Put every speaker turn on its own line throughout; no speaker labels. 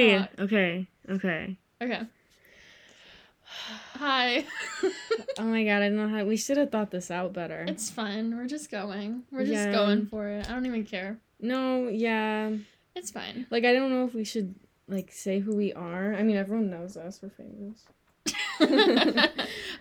Hey, Uh, okay, okay.
Okay. Hi.
Oh my god, I don't know how we should have thought this out better.
it's fine. We're just going. We're just
Yeah.
going for it. I don't even care.
no, yeah.
It's fine.
Like I don't know if we should like say who we are. I mean, everyone knows us. We're famous.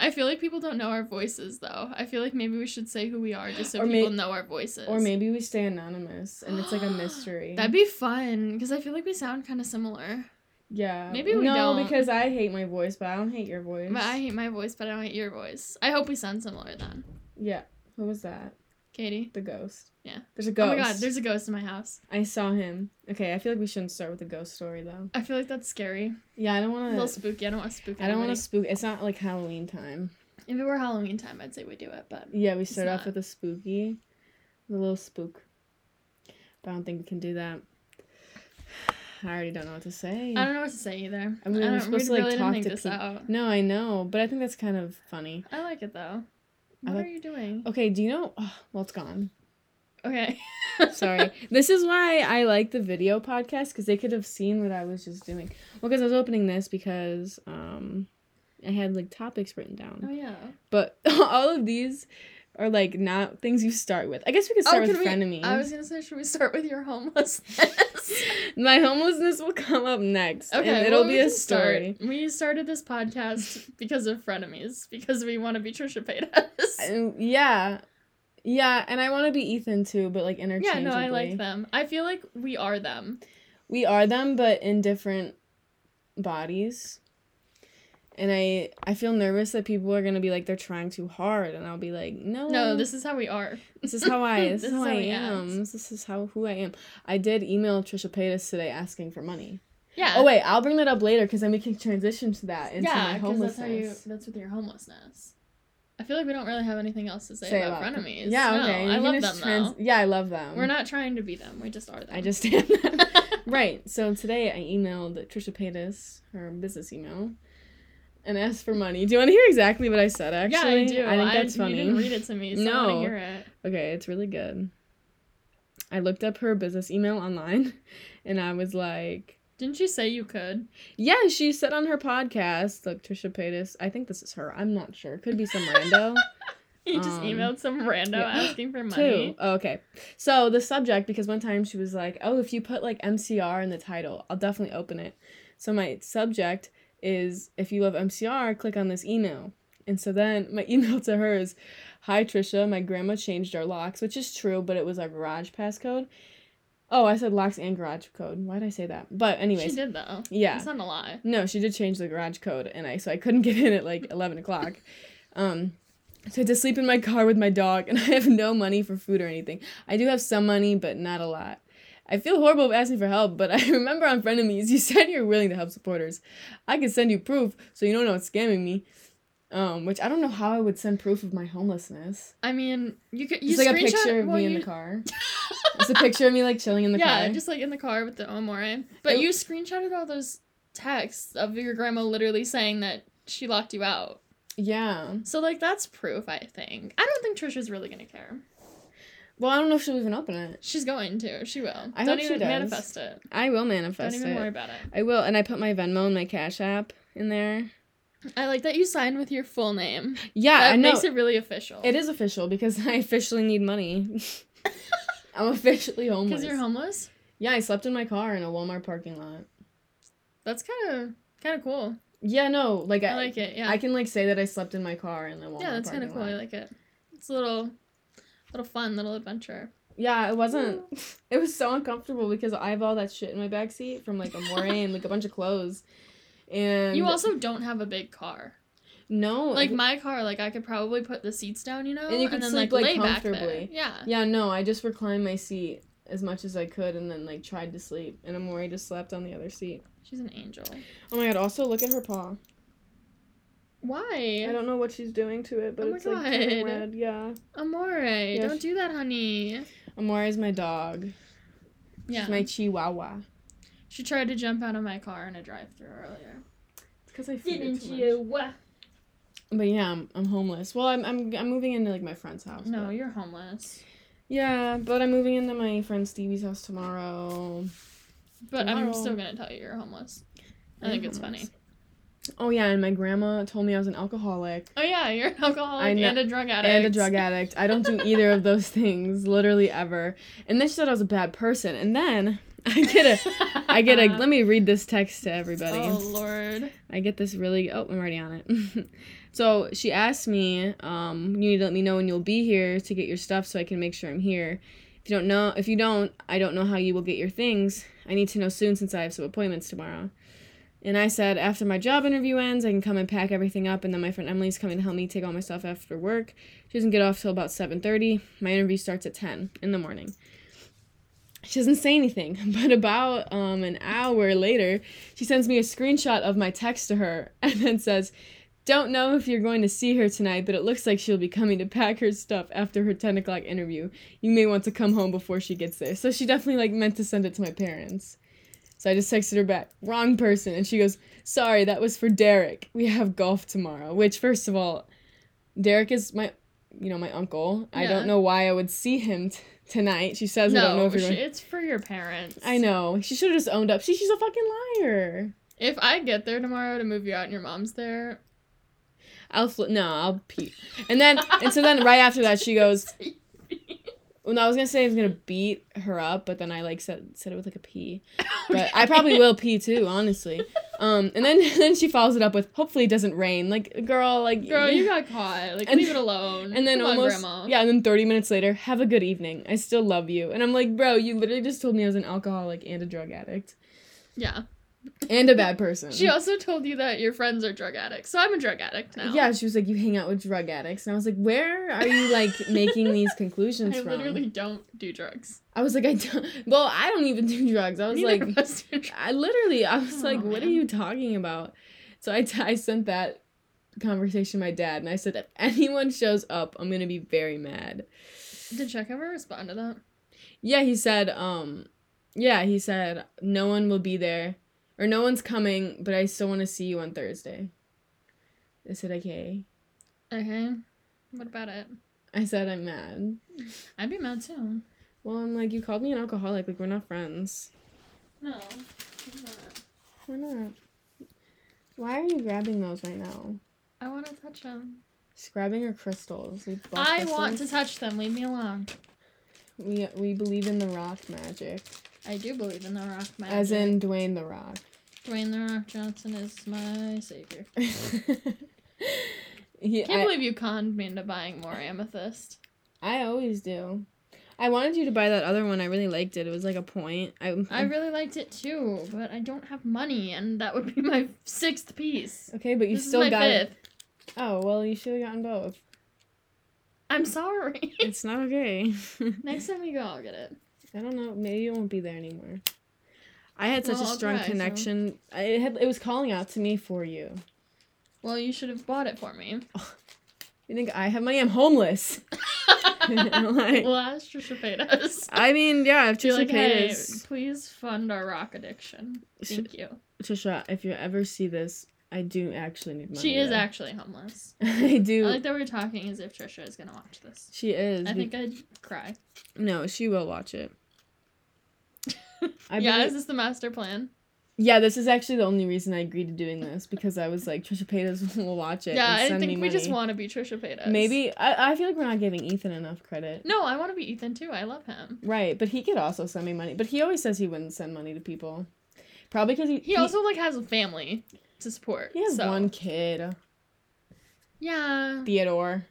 I feel like people don't know our voices though. I feel like maybe we should say who we are just so
Or may-
people know our voices.
Or maybe we stay anonymous and it's like a mystery.
That'd be fun because I feel like we sound kind of similar.
yeah.
maybe we
no,
don't.
because I hate my voice, but I don't hate your voice.
But I hate my voice, but I don't hate your voice. I hope we sound similar then,
Yeah. What was that?
Katie.
The ghost.
Yeah.
There's a ghost.
Oh my god, there's a ghost in my house.
I saw him. Okay, I feel like we shouldn't start with the ghost story though.
I feel like that's scary.
Yeah, I don't
A
want
little
to.
spooky. I don't want to spook
I don't want to
anybody.
spook. It's not like Halloween time.
If it were Halloween time, I'd say we do it, but
Yeah, we start off
not.
with a spooky, a little spook. But I don't think we can do that. I already don't know what to say.
I don't know what to say either.
I mean,
I
we're
don't,
supposed to,
we
like,
really
talk
didn't think
to
this
peop-
out.
No, I know, but I think that's kind of funny.
I like it though.
I
What
like-
are you doing?
Okay, do you know? Oh, well, it's gone. Oh.
Okay.
Sorry. this is why I like the video podcast because they could have seen what I was just doing. Well, because I was opening this because um, I had like topics written down,
oh yeah.
but all of these are like not things you start with. I guess we could start with frenemies.
Oh, I was gonna say, should we start with your homelessness?
My homelessness will come up next.
okay,
Okay, and it'll
well, we
be a
can start.
story.
We started this podcast because of frenemies because we want to be Trisha Paytas.
Uh, Yeah, yeah, and I want to be Ethan too, but like
Yeah,
interchangeably.
no, I like them. I feel like we are them.
We are them, but in different bodies. And I I feel nervous that people are gonna be like they're trying too hard, and I'll be like, no,
No, this is how we are.
this is how I this,
this
is how,
is how
I
we
am. This is how who I am. I did email Trisha Paytas today asking for money.
Yeah.
Oh wait, I'll bring that up later because then we can transition to that into my
yeah, because
homelessness.
that's how you. That's with your homelessness. I feel like we don't really have anything else to say,
Say
about
about-
frenemies.
Yeah,
No,
okay.
I
you can
love them
just trans-
though.
Yeah, I love them.
We're not trying to be them. We just are them.
I just right. So today I emailed Trisha Paytas her business email and asked for money. Do you want to hear exactly what I said?
yeah,
Actually,
I do.
I think that's funny.
You didn't read it to me, so I want
No.
to hear it.
Okay, it's really good. I looked up her business email online, and I was like.
Didn't you say you could?
Yeah, she said on her podcast, like Trisha Paytas, I think this is her. I'm not sure. Could be some rando.
You just
Um,
emailed some rando
yeah.
asking
Two.
for money.
Oh, okay. So the subject, because one time she was like, "Oh, if you put like MCR in the title, I'll definitely open it." So my subject is, "If you love MCR, click on this email." And so then my email to her is, "Hi Trisha, my grandma changed our locks, which is true, but it was our garage passcode." Oh, I said locks and garage code. Why did I say that? But
She
anyways,
did though.
yeah.
It's not a lie.
No, she did change the garage code, and I so I couldn't get in at like eleven o'clock. Um, so I had to sleep in my car with my dog, and I have no money for food or anything. I do have some money, but not a lot. I feel horrible asking for help, but I remember on Frenemies you said you're willing to help supporters. I could send you proof, so you don't know it's scamming me. Um, which I don't know how I would send proof of my homelessness.
I mean, you could. You
It's like a
screenshot-
picture of
well,
me in
you-
the car. It's a picture of me like chilling in the
yeah,
car.
just like in the car with the Omore. But
It-
you screenshotted all those texts of your grandma literally saying that she locked you out.
yeah.
So like that's proof, I think. I don't think Trisha's really gonna care.
Well, I don't know if she'll even open it.
She's going to. She will.
I
don't
hope she
even
does.
manifest it.
I will manifest
don't even
it.
worry about it.
I will, and I put my Venmo and my Cash App in there.
I like that you signed with your full name.
Yeah,
that
I know.
makes it really official.
it is official because I officially need money. I'm officially homeless.
Because you're homeless?
yeah, I slept in my car in a Walmart parking lot.
That's kind of kind of cool.
Yeah, no, like I,
I like it. Yeah.
I can like say that I slept in my car in a Walmart.
yeah, that's kind of
parking
cool. I
lot.
like it. It's a little little fun, little adventure.
Yeah, it wasn't. It was so uncomfortable because I have all that shit in my backseat from like a moray and like a bunch of clothes. And
you also don't have a big car.
no
Like my car, like I could probably put the seats down, you know,
And you could sleep, like, comfortably.
Yeah.
Yeah, no, I just reclined my seat as much as I could and then like tried to sleep. And Amori just slept on the other seat.
She's an angel.
Oh my god, also look at her paw. I
Why?
don't know what she's doing to it, but
Oh my
it's like turning
God.
red. Yeah.
Amore,
Yeah,
don't do that, honey.
Amore is my dog.
Yeah.
She's my chihuahua.
She tried to jump out of my car in a drive-through earlier.
It's because I feed her too much. But yeah, I'm, I'm homeless. Well, I'm, I'm I'm moving into like my friend's house.
No,
but-
you're homeless.
Yeah, but I'm moving into my friend Stevie's house tomorrow.
But I'm
Tomorrow.
still gonna tell you you're homeless. I
I'm
think it's
homeless.
funny.
Oh yeah, and my grandma told me I was an alcoholic
Oh yeah, you're an
I
alcoholic
know-
and a drug addict.
and a drug addict. I don't do either of those things literally ever. And then she said I was a bad person. And then I get a I get a let me read this text to everybody.
Oh lord.
I get this really oh, I'm already on it. so she asked me, um, you need to let me know when you'll be here to get your stuff so I can make sure I'm here. If you don't know if you don't, I don't know how you will get your things. I need to know soon since I have some appointments tomorrow. And I said, after my job interview ends, I can come and pack everything up, and then my friend Emily's coming to help me take all my stuff after work. She doesn't get off till about seven thirty. My interview starts at ten in the morning. She doesn't say anything, but about um, an hour later, she sends me a screenshot of my text to her and then says, Don't know if you're going to see her tonight, but it looks like she'll be coming to pack her stuff after her 10 o'clock interview. You may want to come home before she gets there. So she definitely like meant to send it to my parents. So I just texted her back, wrong person. And she goes, Sorry, that was for Derek. We have golf tomorrow. Which, first of all, Derek is my, you know, my uncle. I
Yeah.
don't know why I would see him t- tonight. She says, I don't know
No,
if you're
sh-
going
it's for your parents.
I know. She should have just owned up. She, she's a fucking liar.
If I get there tomorrow to move you out and your mom's there,
I'll fl- no, I'll pee. And then and so then right after that she goes. Well, no, I was gonna say I was gonna beat her up, but then I like said said it with like a pee. But I probably will pee too, honestly. Um, and then then she follows it up with hopefully it doesn't rain. Like girl, like
girl, you got caught. Like
And-
leave it alone.
And then
Come on,
almost
grandma.
yeah, and then thirty minutes later, have a good evening. I still love you. And I'm like, bro, you literally just told me I was an alcoholic and a drug addict Um,
Yeah.
and a bad person.
She also told you that your friends are drug addicts, so I'm a drug addict now.
Yeah, she was like, "You hang out with drug addicts," and I was like, "Where are you like making these conclusions
I
from?"
literally don't do drugs.
I was like, "I don't." Well, I don't even do drugs. I was
Neither
like,
of us do drugs.
I literally, I was
Oh,
like, "What are
man.
you talking about?" So I, t- I sent that conversation to my dad, and I said, "If anyone shows up, I'm gonna be very mad."
Did Chuck ever respond to that?
Yeah, he said, um, yeah, he said, "No one will be there, or no one's coming, but I still want to see you on Thursday." I said, "Okay."
Okay. What about it?
I said, "I'm mad."
I'd be mad too.
Well, I'm like, you called me an alcoholic. Like, we're not friends.
No.
We're not. Why are you grabbing those right now?
I want to touch them.
She's grabbing her crystals. We bought
I want to
crystals.
touch them. Leave me alone.
We, we believe in the rock magic.
I do believe in the Rock Magic.
As in Dwayne the Rock.
Dwayne the Rock Johnson is my savior.
he,
Can't
I,
believe you conned me into buying more amethyst.
I always do. I wanted you to buy that other one. I really liked it. It was like a point. I,
I really liked it too, but I don't have money, and that would be my sixth piece.
Okay, but you
This is
still
my
got it.
fifth.
Oh, well, you should have gotten both.
I'm sorry.
It's not okay.
Next time we go, I'll get it.
I don't know. Maybe it won't be there anymore. I had such
Well,
a
I'll
strong
try, so-
connection. I, it had it was calling out to me for you.
Well, you should have bought it for me.
You think I have money? I'm homeless. Like-
well, ask Trisha Paytas.
I mean, yeah, if
Be
Trisha
like, hey,
Paytas,
please fund our rock addiction.
She-
Thank you.
Trisha, if you ever see this, I do actually need money.
She is
though.
actually homeless.
I
I
do.
like that we're talking as if Trisha is gonna watch this.
she is.
I
be-
think I'd cry.
no, she will watch it. I
yeah,
believe-
is this the master plan?
yeah, this is actually the only reason I agreed to doing this because I was like, Trisha Paytas will watch it.
yeah,
and
I
send
think
me
we just
money.
want to be Trisha Paytas.
Maybe I, I feel like we're not giving Ethan enough credit.
No, I want to be Ethan too. I love him.
Right, but he could also send me money. But he always says he wouldn't send money to people. Probably because he,
He also like has a family to support.
he has
so-
one kid,
Yeah,
Theodore.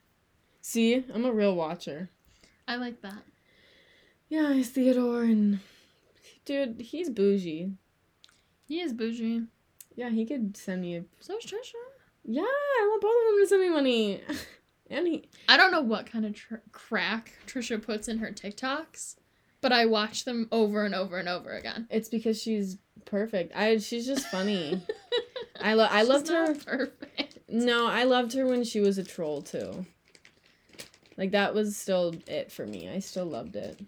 See, I'm a real watcher.
I like that.
Yeah, it's Theodore and dude, he's bougie.
He is bougie.
Yeah, he could send me. A...
So is Trisha.
Yeah, I want both of them to send me money. and he,
I don't know what kind of tr- crack Trisha puts in her TikToks, but I watch them over and over and over again.
it's because she's perfect. I she's just funny. I love I
She's
loved her.
not Perfect.
No, I loved her when she was a troll too. Like that was still it for me. I still loved it.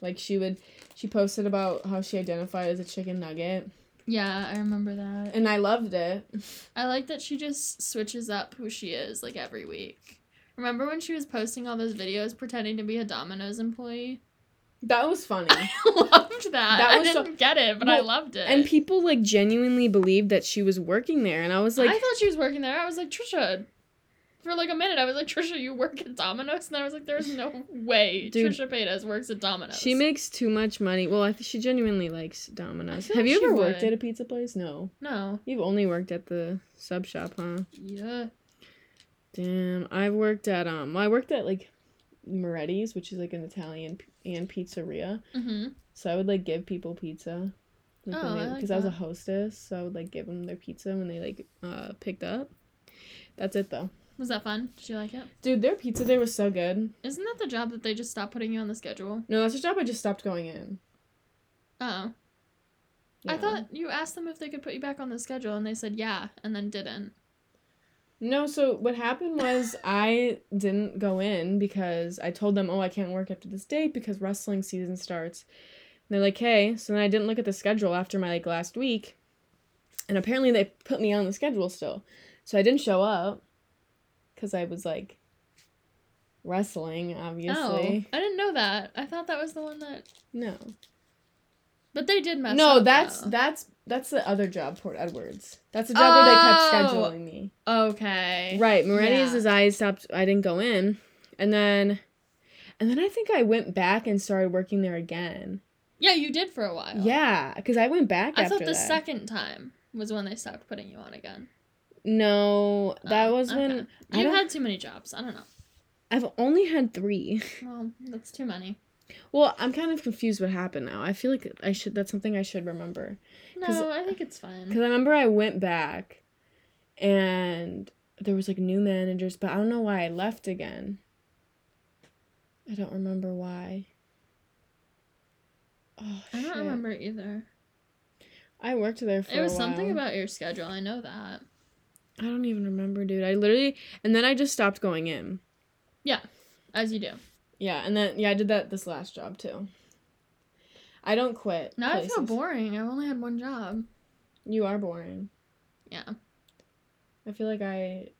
Like she would she posted about how she identified as a chicken nugget
Yeah, I remember that.
and I loved it.
I like that she just switches up who she is like every week. Remember when she was posting all those videos pretending to be a Domino's employee?
That was funny.
loved that.
That was
I
so-
didn't get it, but I
Well,
loved it.
and people like genuinely believed that she was working there, and I was like,
I thought she was working there. I was like, Trisha. For like a minute, I was like, Trisha, you work at Domino's? And I was like, there's no way
Dude.
Trisha Paytas works at Domino's.
she makes too much money. Well, I th- she genuinely likes Domino's.
I feel
Have
like
you
she
ever worked
would.
at a pizza place? No,
No.
you've only worked at the sub shop, huh?
Yeah.
Damn, I've worked at um, well, I worked at like Moretti's, which is like an Italian p- and pizzeria.
Mm-hmm.
So I would like give people pizza. Like
Oh, I
because
like
I was a
that.
hostess, so I would like give them their pizza when they like uh picked up. That's it though.
Was that fun? Did you like it?
Dude, their pizza there was so good.
Isn't that the job that they just stopped putting you on the schedule?
No, that's a job I just stopped going in.
Oh. I
Yeah.
thought you asked them if they could put you back on the schedule and they said yeah and then didn't.
No, so what happened was I didn't go in because I told them, "Oh, I can't work after this date because wrestling season starts." And they're like, "Hey," so then I didn't look at the schedule after my like last week, and apparently they put me on the schedule still, so I didn't show up because I was like wrestling, obviously.
Oh, I didn't know that. I thought that was the one that.
No,
But they did mess up.
no, that's
though.
that's that's the other job, Port Edwards. That's the job where they kept
Oh.
scheduling me.
Okay.
Right, Moretti's
Eh, Yeah.
is I stopped. I didn't go in, and then, and then I think I went back and started working there again.
Yeah, you did for a while.
Yeah, because I went back.
Oh. I
after
thought the
that.
second time was when they stopped putting you on again.
No, that
Oh,
was
okay.
when I
you
don't-
had too many jobs. I don't know.
I've only had three.
Well, that's too many.
Well, I'm kind of confused what happened now. I feel like I should. That's something I should remember. Cause-
No, I think it's fine.
Because I remember I went back, and there was like new managers, but I don't know why I left again. I don't remember why. Oh,
I
shit.
don't remember either.
I worked there for.
It was
a while.
something about your schedule. I know that.
I don't even remember, dude. I literally, and then I just stopped going in.
As you do.
Yeah, and then yeah, I did that this last job too. I don't quit.
Now I feel
places.
boring. I only had one job.
You are boring.
Yeah.
I feel like I,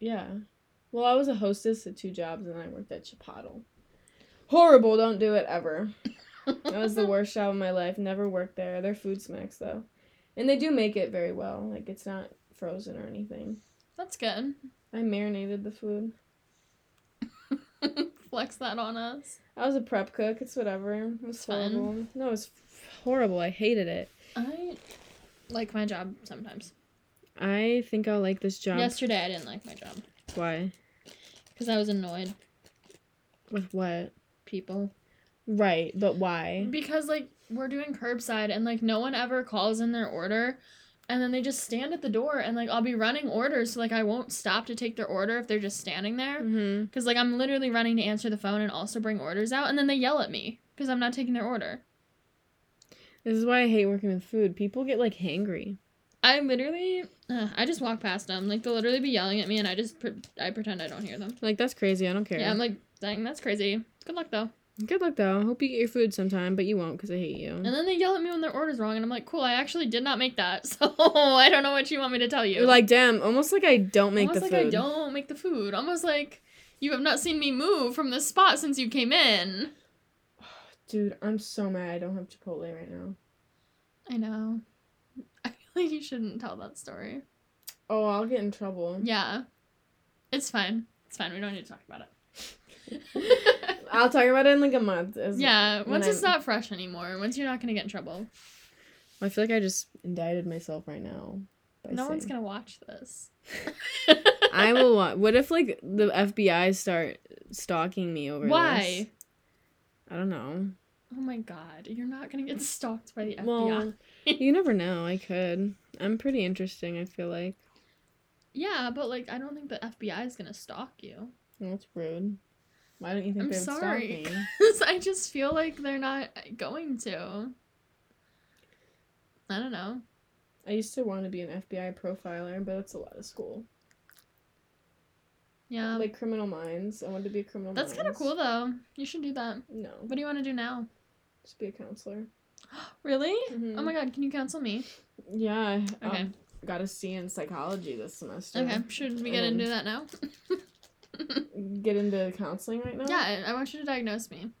yeah. Well, I was a hostess at two jobs, and I worked at Chipotle. Horrible! Don't do it ever. That was the worst job of my life. Never worked there. Their food smacks though, and they do make it very well. Like it's not frozen or anything.
That's good.
I marinated the food.
Flex that on us.
I was a prep cook. It's whatever. It was
fun.
horrible. No, it was horrible. I hated it.
I like my job sometimes.
I think I'll like this job.
Yesterday I didn't like my job
Why?
because I was annoyed
With what?
people
Right, but why?
because like we're doing curbside and like no one ever calls in their order and then they just stand at the door and like I'll be running orders so like I won't stop to take their order if they're just standing there
Mm-hmm.
cuz like I'm literally running to answer the phone and also bring orders out and then they yell at me cuz I'm not taking their order.
This is why I hate working with food. People get like hangry.
I literally uh, I just walk past them like they'll literally be yelling at me and I just pre- I pretend I don't hear them.
Like that's crazy. I don't care.
Yeah, I'm like, dang, that's crazy. Good luck though.
Good luck though. I hope you get your food sometime, but you won't because I hate you.
And then they yell at me when their order's wrong, and I'm like, cool, I actually did not make that, so I don't know what you want me to tell you.
You're like, damn. Almost like I don't make
almost
the
like
food.
I don't make the food. Almost like you have not seen me move from this spot since you came in.
Dude, I'm so mad. I don't have Chipotle right now.
I know. I feel like you shouldn't tell that story.
Oh, I'll get in trouble.
Yeah, it's fine. It's fine. We don't need to talk about it.
I'll talk about it in like a month. as-
yeah,
when
once it's
I'm-
not fresh anymore, once you're not gonna get in trouble,
I feel like I just indicted myself right now. by
no one's
saying-
gonna watch this.
I will want. What if like the FBI start stalking me over?
Why?
this? I don't know.
Oh my god, you're not gonna get stalked by the FBI.
Well, you never know. I could. I'm pretty interesting. I feel like
Yeah, but like I don't think the FBI is gonna stalk you.
that's rude. Why don't you think
I'm
they would
sorry.
stalk me?
'Cause I just feel like they're not going to. I don't know.
I used to want to be an FBI profiler, but that's a lot of school.
Yeah.
like criminal minds. I wanted to be a criminal.
Um, that's kind
minds.
of cool though. You should do that.
No,
What do you want to do now?
just be a counselor.
Really?
Mhm.
Oh my god, can you counsel me?
Yeah. I
Okay.
um, got a C in psychology this semester.
Okay. Should we get
Um,
into that now?
Get into counseling right now.
Yeah, I- I want you to diagnose me.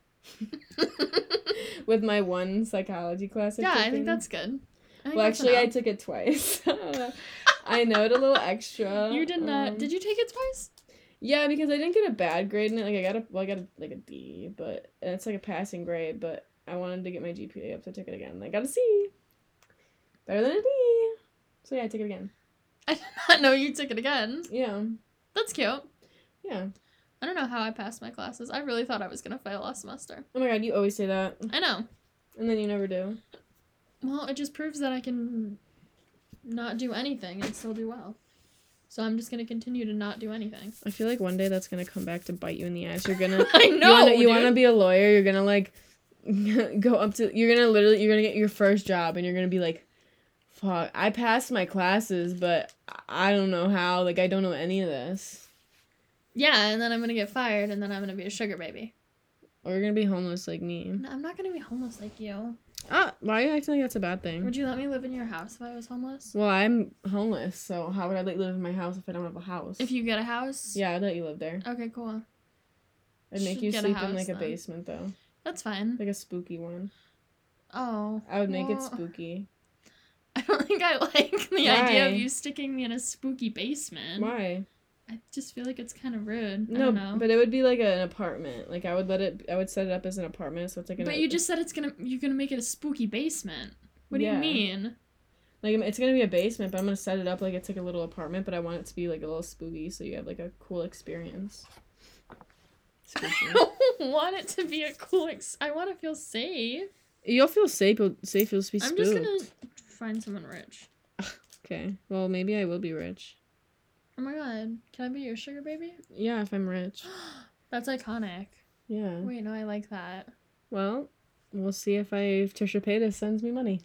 with my one psychology class.
yeah, I
took in.
think that's good. I think
well,
that's
actually, I
enough.
took it twice. I know it a little extra.
you did not.
um,
did you take it twice?
Yeah, because I didn't get a bad grade in it. Like I got a well, I got a, like a D, but and it's like a passing grade. But I wanted to get my GPA up, so I took it again. I got a C. Better than a D. So yeah, I took it again.
I did not know you took it again.
Yeah,
That's cute.
yeah.
I don't know how I passed my classes. I really thought I was gonna fail last semester.
Oh my god, you always say that,
I know.
and then you never do.
Well, it just proves that I can not do anything and still do well. So I'm just gonna continue to not do anything.
I feel like one day that's gonna come back to bite you in the ass. You're gonna.
I
you
know.
wanna, you
dude.
wanna be a lawyer. You're gonna like go up to. You're gonna literally. You're gonna get your first job, and you're gonna be like, "Fuck, I passed my classes, but I- I don't know how. Like, I don't know any of this."
Yeah, and then I'm gonna get fired, and then I'm gonna be a sugar baby.
Or you're gonna be homeless like me.
No, I'm not gonna be homeless like you.
Ah, why are you acting like that's a bad thing?
Would you let me live in your house if I was homeless?
Mm. Well, I'm homeless, so how would I let you live in my house if I don't have a house?
If you get a house.
yeah, I'd let you live there.
Okay, cool.
I'd make
should
you
get a
sleep in
house
like a
then.
basement though,
That's fine.
like a spooky one.
Oh.
I would make it
well,
spooky.
I don't think I like the idea of
Why?
you sticking me in a spooky basement.
Why?
I just feel like it's kind of rude. I
No,
don't know.
but it would be like an apartment. Like I would let it. I would set it up as an apartment, so it's like. An,
But you just said it's gonna you're gonna make it a spooky basement. What do
Yeah.
you mean?
like it's gonna be a basement, but I'm gonna set it up like it's like a little apartment, but I want it to be like a little spooky, so you have like a cool experience. Spooky.
I don't want it to be a cool. Ex- I want to feel safe.
You'll feel safe. You'll, safe. You'll be
I'm
spooked.
just gonna find someone rich.
Okay. Well, maybe I will be rich.
Oh my god, can I be your sugar baby?
Yeah, if I'm rich.
That's iconic.
Yeah.
Wait, no, I like that.
Well, we'll see if I if Trisha Paytas sends me money.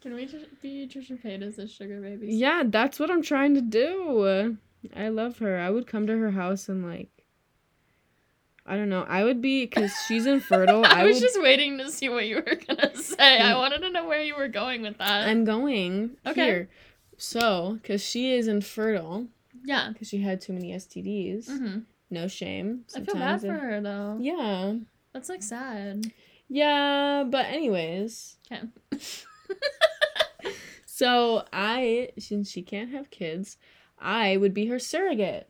can we tr- be Trisha Paytas as sugar babies?
Yeah, that's what I'm trying to do. I love her. I would come to her house and like, I don't know. I would be because she's infertile. oh,
I,
I,
was
would.
just waiting to see what you were gonna say. I wanted to know where you were going with that.
I'm going
Okay.
here. So, because she is infertile,
yeah.
because she had too many STDs.
hmm
No shame.
I feel bad
Sometimes
for her though.
Yeah.
That's like sad.
Yeah, but anyways.
'Kay.
so I, since she can't have kids, I would be her surrogate.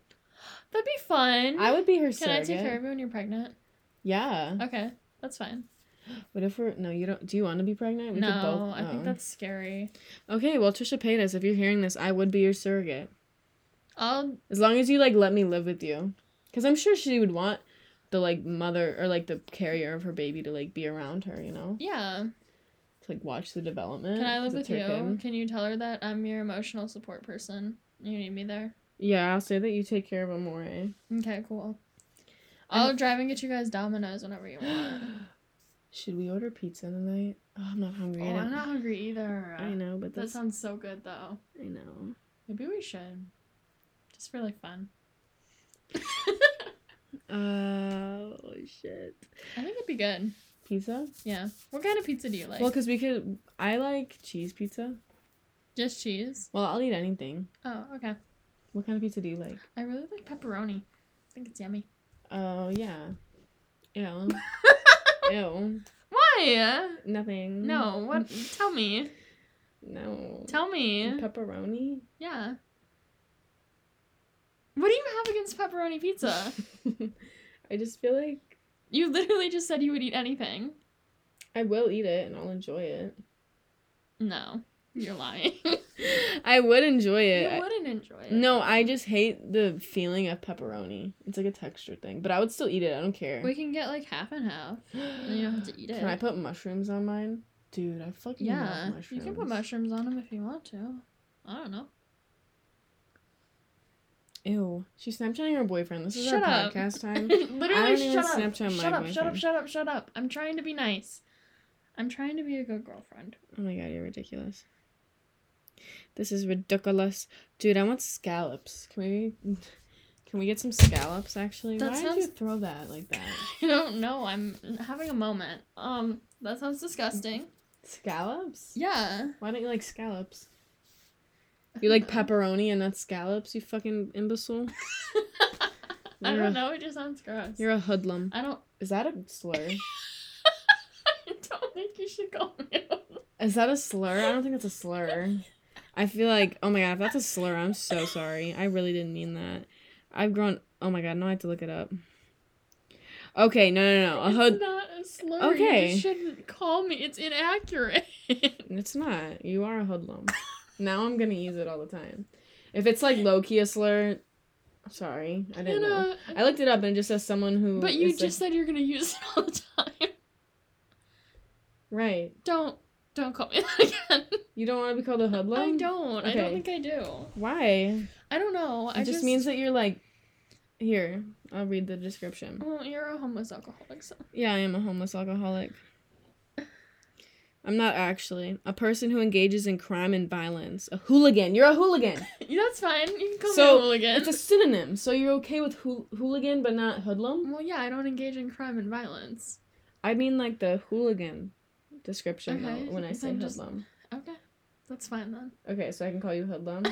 That'd be fun.
I would be her
Can I
surrogate.
take care of you when you're pregnant?
Yeah.
Okay, that's fine.
What if we're no? You don't. Do you want to be pregnant? could
no, I
oh.
think that's scary.
okay. Well, Trisha Paytas, if you're hearing this, I would be your surrogate
I'll
as long as you like let me live with you, because I'm sure she would want the like mother or like the carrier of her baby to like be around her. You know,
yeah.
to like watch the development.
Can I live
That's
with
her
you?
kid.
Can you tell her that I'm your emotional support person? You need me there.
Yeah, I'll say that you take care of Amore.
Okay, cool.
I'm-
I'll drive and get you guys Domino's whenever you want.
Should we order pizza tonight? Oh, I'm not hungry.
oh,
I,
I'm
don't-
not hungry either. Uh,
I know, but
That
that's
sounds so good though.
I know.
Maybe we should. Just for like fun.
Oh shit.
I think it'd be good.
Pizza?
Yeah. What kind of pizza do you like?
Well, cause we could. I like cheese pizza.
Just cheese.
Well, I'll eat anything.
Oh, okay.
What kind of pizza do you like?
I really like pepperoni. I think it's yummy.
Oh yeah. Ew. Ew.
Why?
Nothing.
No, what? Tell me.
No.
Tell me.
mm. Pepperoni.
Yeah. What do you have against pepperoni pizza?
I just feel like
you literally just said you would eat anything.
I will eat it and I'll enjoy it.
No, you're lying.
I would enjoy it.
you wouldn't enjoy it.
No, I just hate the feeling of pepperoni. It's like a texture thing, but I would still eat it. I don't care.
We can get like half and half. And you don't have to eat it.
Can I put mushrooms on mine? Dude, I fucking
yeah,
love mushrooms.
you can put mushrooms on them if you want to. I don't know.
Ew. She's Snapchatting her boyfriend. This is
Shut
our
up.
podcast time.
Literally,
I don't even
shut up.
Snapchat my
shut up, shut up,
boyfriend.
shut up, shut up. I'm trying to be nice. I'm trying to be a good girlfriend.
Oh my god, you're ridiculous. This is ridiculous. Dude, I want scallops. Can we can we get some scallops actually?
That
Why did
sounds-
you throw that like that?
I don't know. I'm having a moment. Um, that sounds disgusting.
Scallops?
Yeah.
Why don't you like scallops? You like
pepper.
pepperoni and not scallops, you fucking imbecile? You're
I
a-
don't know. It just sounds gross.
You're a hoodlum.
I don't.
Is that a slur?
I don't think you should call me. a-
Is that a slur? I don't think that's a slur. I feel like, oh my god, if that's a slur, I'm so sorry. I really didn't mean that. I've grown. Oh my god, now I have to look it up. Okay, no, no, no. A
It's
hood.
not a slur. Okay. You
Okay.
just shouldn't call me. It's inaccurate.
It's not. You are a hoodlum. now I'm gonna use it all the time. If it's like low key a slur, sorry, I didn't know.
Hannah,
I looked it up and it just says someone who.
But you
is, like-
just said you're gonna use it all the time.
right.
Don't don't call me that again.
You don't want to be called a hoodlum.
I don't. I
Okay.
don't think I do.
Why?
I don't know.
It
I
just,
just
means that you're like. Here, I'll read the description.
Well, you're a homeless alcoholic, so
Yeah, I am a homeless alcoholic. I'm not actually. A person who engages in crime and violence. A hooligan. You're a hooligan.
that's fine. You can call
So,
me a hooligan.
It's a synonym, so you're okay with hool- hooligan but not hoodlum?
Well, yeah, I don't engage in crime and violence.
I mean, like the hooligan description though,
Okay,
when I say
then just-
hoodlum.
Okay, that's fine then.
Okay, so I can call you hoodlum?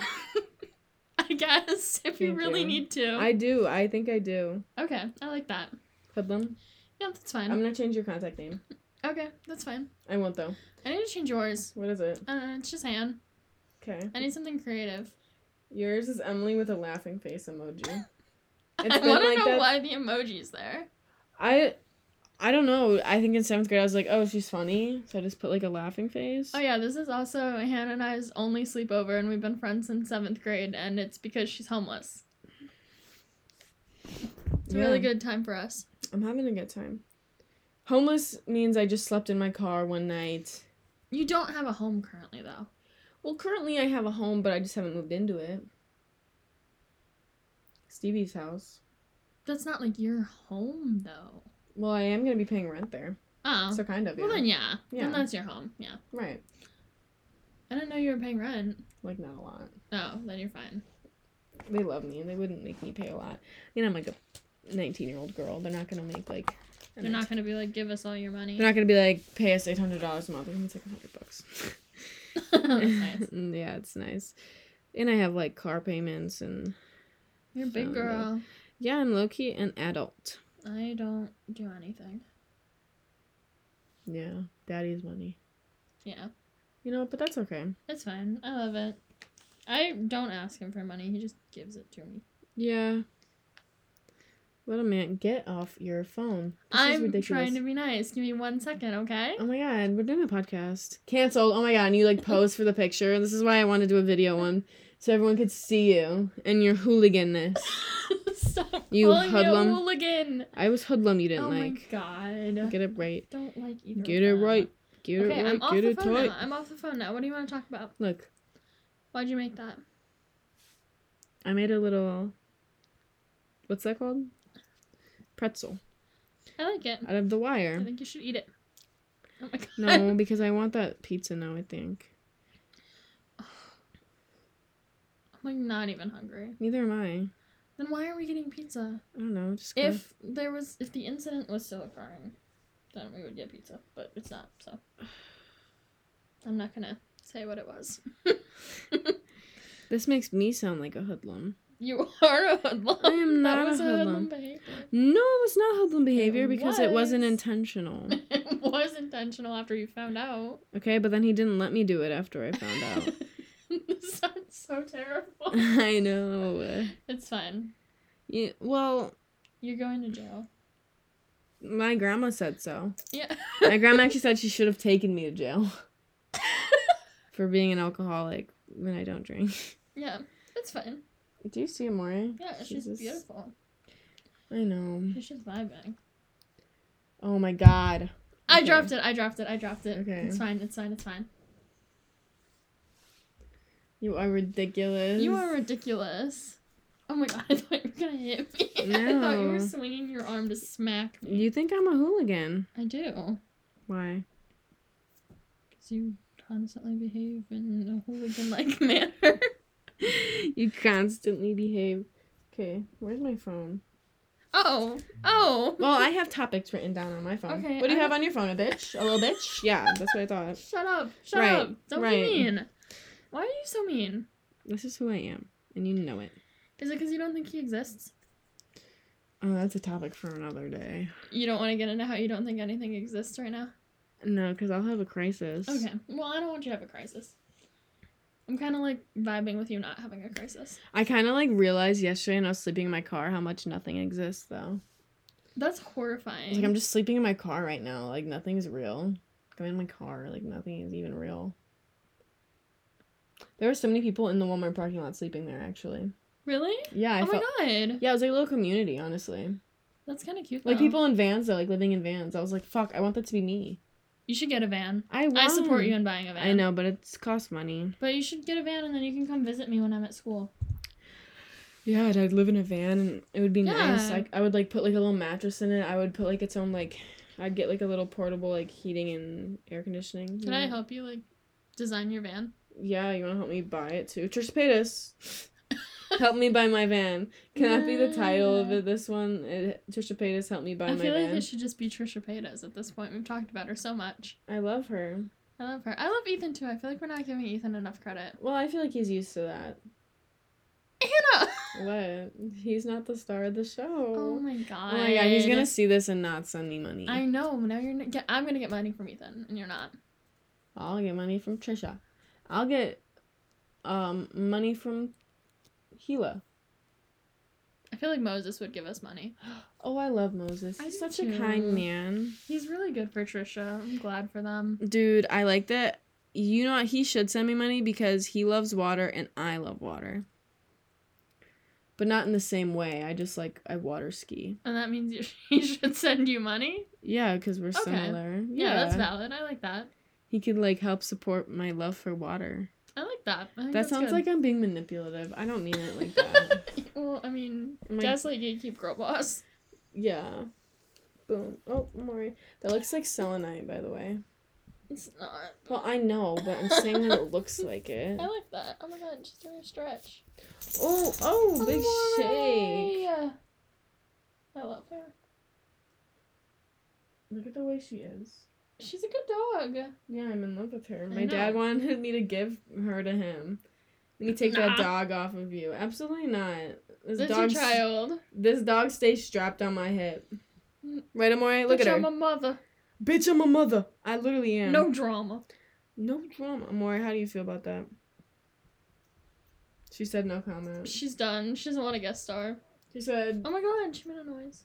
I guess if you
Thank
really
you.
need to.
I do. I think I do.
Okay, I like that.
Hoodlum.
Yeah, that's fine.
I'm gonna change your contact name.
Okay, that's fine.
I won't though.
I need to change yours.
What is it?
I don't know. It's just Han.
Okay.
I need something creative.
Yours is Emily with a laughing face emoji. It's
I
been
want to
like
know
that-
why the emoji's there.
I I don't know. I think in seventh grade I was like, oh, she's funny, so I just put like a laughing face.
Oh yeah, this is also Hannah and I's only sleepover, and we've been friends since seventh grade, and it's because she's homeless. It's a really
Yeah.
good time for us.
I'm having a good time. Homeless means I just slept in my car one night.
You don't have a home currently, though.
Well, currently I have a home, but I just haven't moved into it. Stevie's house.
That's not like your home, though.
Well, I am gonna be paying rent there,
Oh,
so kind of.
well
yeah.
then, yeah.
Yeah.
Then that's your home. Yeah.
Right,
I didn't know you were paying rent.
like not a lot.
Oh, then you're fine.
They love me, and they wouldn't make me pay a lot. You know, I'm like a 19 year old girl. They're not gonna make like. a
They're not gonna be like, give us all your money.
They're not gonna be like pay us eight hundred dollars a month. They're gonna take hundred bucks.
That's nice.
Mm, yeah, it's nice. And I have like car payments and
You're a
Oh,
big
no.
girl.
yeah, I'm low key an adult.
I don't do anything.
Yeah, daddy's money.
Yeah,
You know, but that's okay.
it's fine. I love it. I don't ask him for money. He just gives it to me.
Yeah. What a man! Get off your phone. This is
I'm
ridiculous.
trying to be nice. Give me one second, okay?
Oh my god, we're doing a podcast. Cancelled. Oh my god, and you like pose for the picture. This is why I want to do a video one, so everyone could see you and your hooliganess.
Stop
You
calling
hoodlum.
me a hooligan.
I was hoodlum. You didn't
Oh
like.
my god.
Get it right.
Don't like either.
Get
of
it
them.
right. Get
okay,
it right.
I'm off
Get
the
it
phone
right.
now. I'm off the phone now. What do you want to talk about?
Look,
Why'd you make that?
I made a little. What's that called? Pretzel
I like it.
out of the
I
wire.
think you should eat it. Oh my god.
No, because I want that pizza now. I think.
I'm like not even hungry.
Neither am I.
Then why are we getting pizza?
I don't know. Just kinda-
If there was, if the incident was still occurring, then we would get pizza. But it's not, so I'm not gonna say what it was.
this makes me sound like a hoodlum.
You are a hoodlum.
I am not
that
a
was
hoodlum.
behavior.
No, it was not hoodlum behavior because it wasn't
was.
intentional.
it was intentional after you found out.
Okay, but then he didn't let me do it after I found out.
this sounds so terrible.
I know.
it's fine.
Yeah, well,
You're going to jail.
my grandma said so.
Yeah.
My grandma actually said she should have taken me to jail for being an alcoholic when I don't drink.
yeah, it's fine.
Do you see Amore?
Yeah, she's
Jesus.
beautiful.
I know.
She's just vibing.
Oh my god.
I
Okay.
dropped it. I dropped it. I dropped it.
Okay.
It's fine. It's fine. It's fine.
You are ridiculous.
You are ridiculous. Oh my god, I thought you were gonna hit me. I thought you were
No.
swinging your arm to smack me.
You think I'm a hooligan?
I do.
Why?
Because you constantly behave in a hooligan like manner.
you constantly behave. Okay, where's my phone?
Oh. Oh.
Well, I have topics written down on my phone.
Okay,
what do you
I-
have on your phone? A bitch? A little bitch? Yeah, that's what I thought.
Shut up. Shut
Right,
up. Don't
right.
be mean. Why are you so mean?
This is who I am, and you know it.
Is it because you don't think he exists?
Oh, that's a topic for another day.
You don't want to get into how you don't think anything exists right now.
No, because I'll have a crisis.
Okay. Well, I don't want you to have a crisis. I'm kind of like vibing with you not having a crisis.
I kind of like realized yesterday when I was sleeping in my car how much nothing exists, though.
That's
It's
horrifying.
like I'm just sleeping in my car right now. Like nothing's real. I'm in my car. Like nothing is even real. There were so many people in the Walmart parking lot sleeping there. Actually,
really?
yeah, I
oh
felt.
my god.
Yeah, it was like a little community, honestly.
That's kind of cute.
Like
though.
people in vans, though, like living in vans. I was like, fuck, I want that to be me.
You should get a van.
I
I support
won.
you in buying a van.
I know, but it's cost money.
But you should get a van and then you can come visit me when I'm at school.
Yeah, and I'd live in a van and it would be nice.
Yeah.
Like I would like put like a little mattress in it. I would put like its own like I'd get like a little portable like heating and air conditioning.
Can I help you like design your van?
Yeah, you wanna help me buy it too? Trish Paytas. help me buy my van. Can that be the title of
Yeah.
it, this one? It, Trisha Paytas help me buy
I
my
feel like
van.
it should just be Trisha Paytas at this point. We've talked about her so much.
I love her.
I love her. I love Ethan too. I feel like we're not giving Ethan enough credit.
Well, I feel like he's used to that.
Hannah!
What? He's not the star of the show.
Oh my god.
Oh my god, he's gonna see this and not send me money.
I know. Now you're. n- Get, I'm gonna get money from Ethan, and you're not.
I'll get money from Trisha. I'll get um money from Gila.
I feel like Moses would give us money.
Oh, I love Moses.
I
He's
do
such
too.
a kind man.
He's really good for Trisha. I'm glad for them.
Dude, I like that. You know what? He should send me money because he loves water and I love water. But not in the same way. I just like I water ski.
And that means you, he should send you money.
Yeah, because we're
Okay.
similar.
Yeah, that's valid. I like that.
He could like help support my love for water.
I like that. I think
That
that's
sounds
good.
like I'm being manipulative. I don't mean it like that.
well, I mean,
My-
gaslight gatekeep girl boss.
Yeah. Boom. Oh, Maury. That looks like selenite, by the way.
It's not.
Well, I know, but I'm saying that it looks like it.
I like that. Oh my god, she's doing a stretch.
Oh, oh, big shake.
Amore. I love her.
Look at the way she is.
She's a good dog.
Yeah, I'm in love with her.
I
My dad
know.
wanted me to give her to him. Let me take that
Nah.
dog off of you. Absolutely not. This,
That's
dog.
your child.
This dog stays strapped on my hip.
Mm.
Right, Amore? Look
Bitch,
at her.
I'm a mother.
Bitch, I'm a mother. I literally am.
No drama.
No drama. Amore, how do you feel about that? She said no comment.
She's done. She doesn't want a guest star.
She said
Oh my god, she made a noise.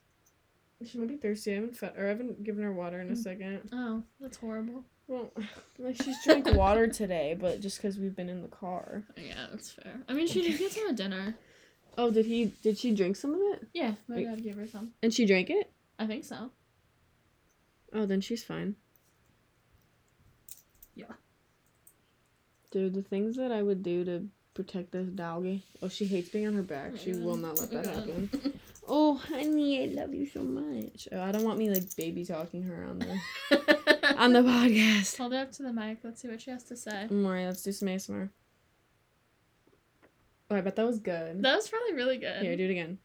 she might be thirsty. I haven't fed or I haven't given her water in a second.
Oh, that's horrible.
Well, like she's drank water today, but just because we've been in the car.
Yeah, that's fair. I mean, she did get some at dinner.
Oh, did he? Did she drink some of it?
Yeah, my
Wait.
dad gave her some.
And she drank it.
I think so.
Oh, then she's fine.
Yeah.
Dude, the things that I would do to protect this doggy. Oh, she hates being on her back. She will
Yeah.
not let that
Yeah.
happen. Oh, honey, I love you so much. Oh, I don't want me like baby talking her on the on the podcast.
Hold it up to the mic. Let's see what she has to say.
Maury, let's do some ASMR. Oh, I bet that was good.
That was probably really good.
Here, do it again.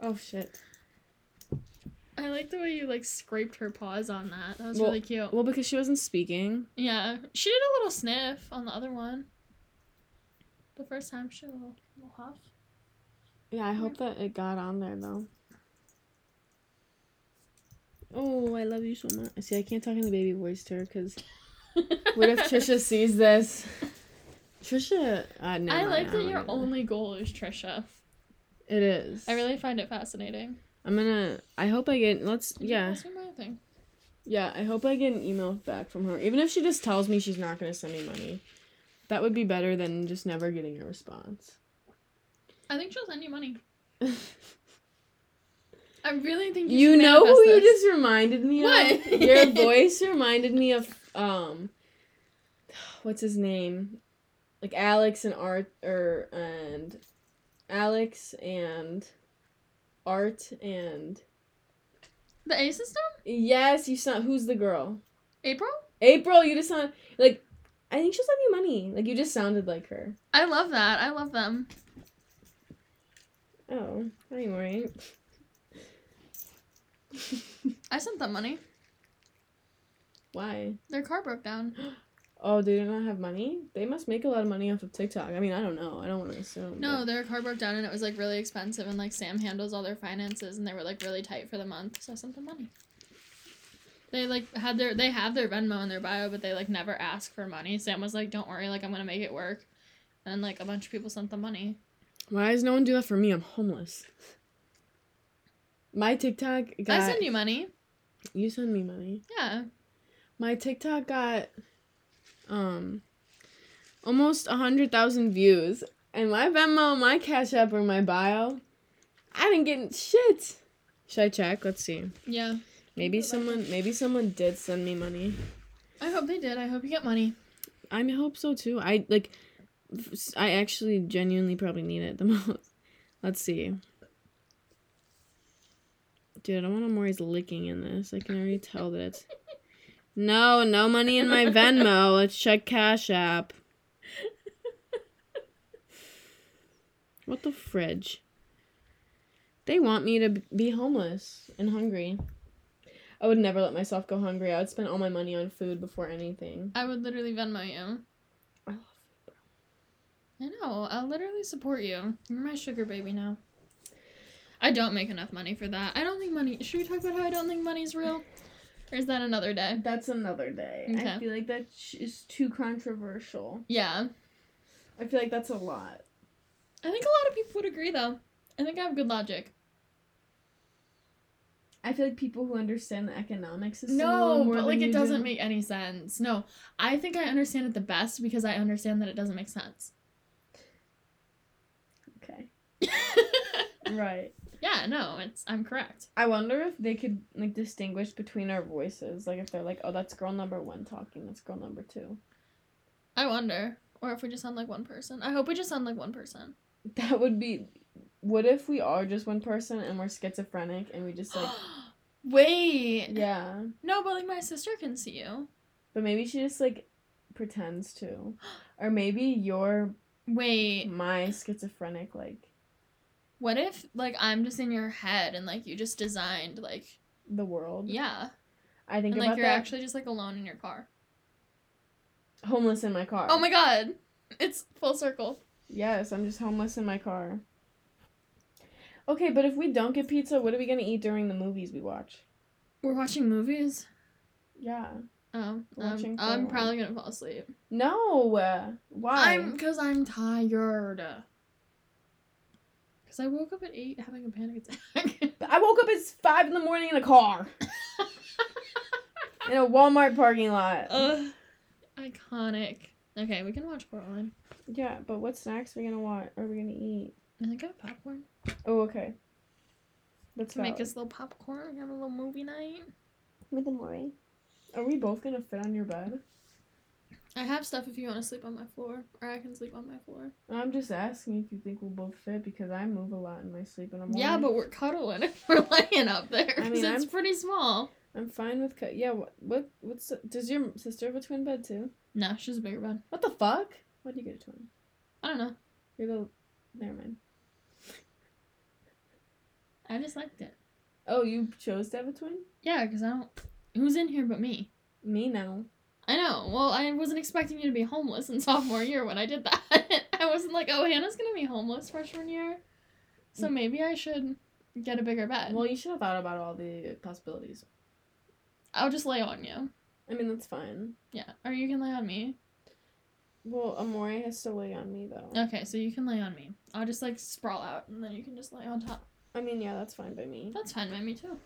oh shit.
I like the way you like scraped her paws on that. That was
Well-
really cute.
Well, because she wasn't speaking.
Yeah, she did a little sniff on the other one. The first time she did a little, little huff.
Yeah, I hope that it got on there though. Oh, I love you so much. See, I can't talk in the baby voice to her because what if Trisha sees this? Trisha, uh, no.
I like that your only goal is Trisha.
It is.
I really find it fascinating.
I'm gonna. I hope I get. Let's. Yeah.
That's my thing.
Yeah, I hope I get an email back from her. Even if she just tells me she's not going to send me money, that would be better than just never getting a response.
I think she'll send you money. I really think you,
you
should
know who
manifest
you
this.
just reminded me of?
What?
Your voice reminded me of um what's his name? Like Alex and Art or and Alex and Art and
the A system.
Yes, you sound who's the girl?
April.
April, you just sound like I think she'll send you money. Like you just sounded like her.
I love that. I love them.
Oh, anyway.
I sent them money.
Why?
Their car broke down.
Oh, they do not have money? They must make a lot of money off of TikTok. I mean, I don't know. I don't want to assume.
No, their car broke down and it was like really expensive, and like Sam handles all their finances, and they were like really tight for the month, so I sent them money. They like had their they have their Venmo in their bio, but they like never ask for money. Sam was like, "Don't worry, like I'm gonna make it work," and like a bunch of people sent them money.
but- Why does no one do that for me? I'm homeless. My TikTok got.
I send you money.
you send me money.
Yeah,
my TikTok got um almost a hundred thousand views, and my Venmo, my Cash App, or my bio, I didn't get shit. Should I check? Let's see.
yeah.
Maybe someone, maybe someone did send me money.
I hope they did. I hope you get money.
I mean, I hope so too. I like, f- I actually genuinely probably need it the most. Let's see. Dude, I don't want Amori's licking in this. I can already tell that it's. No, no money in my Venmo. Let's check Cash App. What the fridge? They want me to b- be homeless and hungry. I would never let myself go hungry. I would spend all my money on food before anything.
I would literally Venmo you.
I love food,
I know. I'll literally support you. You're my sugar baby now. I don't make enough money for that. I don't think money. Should we talk about how I don't think money's real? Or is that another day?
That's another day. I
Okay.
feel like that sh- is too controversial.
Yeah.
I feel like that's a lot.
I think a lot of people would agree, though. I think I have good logic.
I feel like people who understand the economics is
no, but like it doesn't make any sense. No, I think I understand it the best because I understand that it doesn't make sense.
okay. Right.
yeah, no, it's I'm correct.
I wonder if they could like distinguish between our voices. Like if they're like, oh, that's girl number one talking. That's girl number two.
I wonder, or if we just sound like one person. I hope we just sound like one person.
That would be. What if we are just one person and we're schizophrenic and we just like
Wait.
yeah,
No, but like my sister can see you.
but maybe she just like pretends to, or maybe you're
Wait.
my schizophrenic like
What if like I'm just in your head and like you just designed like
the world.
yeah,
I think
and
about
like you're
that.
actually just like alone in your car.
homeless in my car.
Oh my god, it's full circle.
Yes, I'm just homeless in my car. Okay, but if we don't get pizza, what are we gonna eat during the movies we watch?
We're watching movies.
Yeah.
Oh,
We're watching
um, I'm
porn.
probably gonna fall asleep.
No. uh, Why?
I'm because I'm tired. Because I woke up at eight having a panic attack.
I woke up at five in the morning in a car in a Walmart parking lot.
Ugh. Iconic. Okay, we can watch Portland.
yeah, but what snacks are we gonna want? Are we gonna eat?
I think I have popcorn.
Oh, okay. Let's
To make
make
us little popcorn and have a little movie night.
with Amori. Are we both gonna fit on your bed?
I have stuff if you want to sleep on my floor, or I can sleep on my floor.
I'm just asking if you think we'll both fit because I move a lot in my sleep and I'm
Yeah,
already-
but we're cuddling if we're laying up there
I
'cause
mean,
it's
I'm-
pretty small.
I'm fine with cut. Yeah, what, what what's does your sister have a twin bed too?
No, nah, she's a bigger bed.
What the fuck? Why do you get a twin?
I don't know.
You're the never mind.
I just liked it.
Oh, you chose to have a twin?
Yeah, because I don't. Who's in here but me?
Me now.
I know. Well, I wasn't expecting you to be homeless in sophomore year when I did that. I wasn't like, oh, Hannah's gonna be homeless freshman year, so maybe I should get a bigger bed.
Mm. Well, you should have thought about all the possibilities.
I'll just lay on you.
I mean, that's fine.
Yeah, or you can lay on me.
Well, Amore has to lay on me though.
Okay, so you can lay on me. I'll just like sprawl out and then you can just lay on top.
I mean, yeah, that's fine by me.
That's fine by me too.